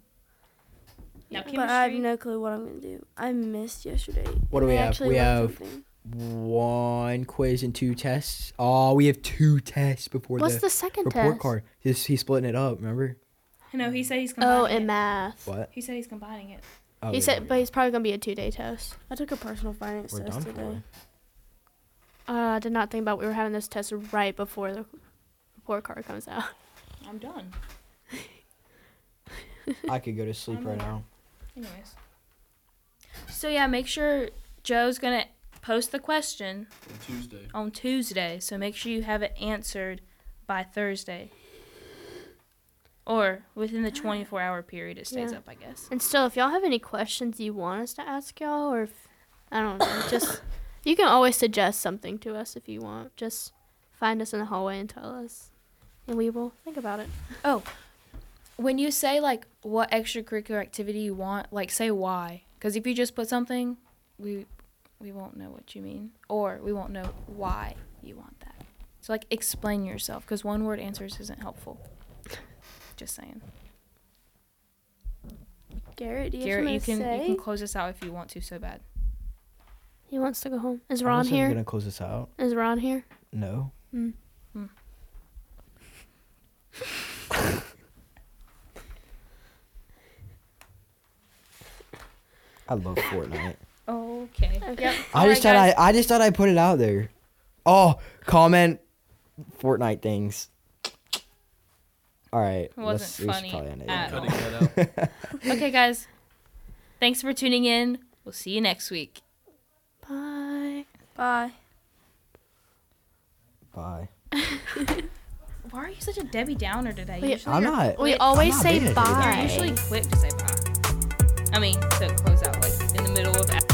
[SPEAKER 3] Now, chemistry.
[SPEAKER 4] But I have no clue what I'm gonna do. I missed yesterday.
[SPEAKER 1] What do
[SPEAKER 4] and
[SPEAKER 1] we
[SPEAKER 4] I
[SPEAKER 1] have?
[SPEAKER 4] actually
[SPEAKER 1] We
[SPEAKER 4] learned
[SPEAKER 1] have-
[SPEAKER 4] something.
[SPEAKER 1] One quiz and two tests. Oh, we have two tests before
[SPEAKER 2] What's
[SPEAKER 1] the,
[SPEAKER 2] the second
[SPEAKER 1] report
[SPEAKER 2] test?
[SPEAKER 1] card. He's, he's splitting it up. Remember
[SPEAKER 3] No, he said he's combining
[SPEAKER 2] Oh,
[SPEAKER 3] it.
[SPEAKER 2] in math.
[SPEAKER 1] what?
[SPEAKER 3] He said he's combining it.
[SPEAKER 1] Oh,
[SPEAKER 2] He
[SPEAKER 1] yeah,
[SPEAKER 2] said,
[SPEAKER 1] yeah.
[SPEAKER 2] but he's probably gonna be a two-day test.
[SPEAKER 4] I took a personal finance
[SPEAKER 1] We're
[SPEAKER 4] test
[SPEAKER 1] done for.
[SPEAKER 4] today.
[SPEAKER 2] Uh, I did not think about we were having this test right before the report card comes out.
[SPEAKER 3] I'm done.
[SPEAKER 1] I could go to sleep
[SPEAKER 3] I'm
[SPEAKER 1] right
[SPEAKER 3] not.
[SPEAKER 1] now.
[SPEAKER 3] Anyways. So, yeah, make sure Joe's going to post the question
[SPEAKER 5] on Tuesday.
[SPEAKER 3] on Tuesday, so make sure you have it answered by Thursday. Or within the 24 hour period it stays
[SPEAKER 2] Yeah.
[SPEAKER 3] up, I guess.
[SPEAKER 2] And still, if y'all have any questions you want us to ask y'all, or if I don't know, just you can always suggest something to us if you want. Just find us in the hallway and tell us, and we will think about it.
[SPEAKER 3] When you say like what extracurricular activity you want, like say why, because if you just put something, we we won't know what you mean, or we won't know why you want that. So like explain yourself, because one word answers isn't helpful. Just saying.
[SPEAKER 4] Garrett, do you
[SPEAKER 3] Garrett, you
[SPEAKER 4] have
[SPEAKER 3] can
[SPEAKER 4] something to
[SPEAKER 3] you
[SPEAKER 4] say?
[SPEAKER 3] can close this out if you want to so bad.
[SPEAKER 2] He wants to go home. Is
[SPEAKER 1] I'm
[SPEAKER 2] Ron
[SPEAKER 1] just
[SPEAKER 2] here?
[SPEAKER 1] gonna close this out.
[SPEAKER 2] Is Ron here?
[SPEAKER 1] No.
[SPEAKER 3] Hmm.
[SPEAKER 1] Hmm. I love Fortnite.
[SPEAKER 3] Okay.
[SPEAKER 2] Okay.
[SPEAKER 1] I just thought I, I just thought I put it out there. Oh, comment Fortnite things. All right,
[SPEAKER 3] Wasn't
[SPEAKER 1] let's- we should
[SPEAKER 3] funny
[SPEAKER 1] probably end it.
[SPEAKER 3] at
[SPEAKER 5] Cutting that out.
[SPEAKER 3] okay, guys. Thanks for tuning in. We'll see you next week.
[SPEAKER 2] Bye.
[SPEAKER 4] Bye.
[SPEAKER 1] Bye.
[SPEAKER 3] Why are you such a Debbie Downer today?
[SPEAKER 2] Wait,
[SPEAKER 3] usually
[SPEAKER 1] I'm
[SPEAKER 3] you're-
[SPEAKER 1] not.
[SPEAKER 2] We
[SPEAKER 3] Wait,
[SPEAKER 2] always
[SPEAKER 1] not
[SPEAKER 2] say
[SPEAKER 1] being a
[SPEAKER 2] bye.
[SPEAKER 1] dick.
[SPEAKER 3] You're usually quick to say bye. I mean, to close out like in the middle of.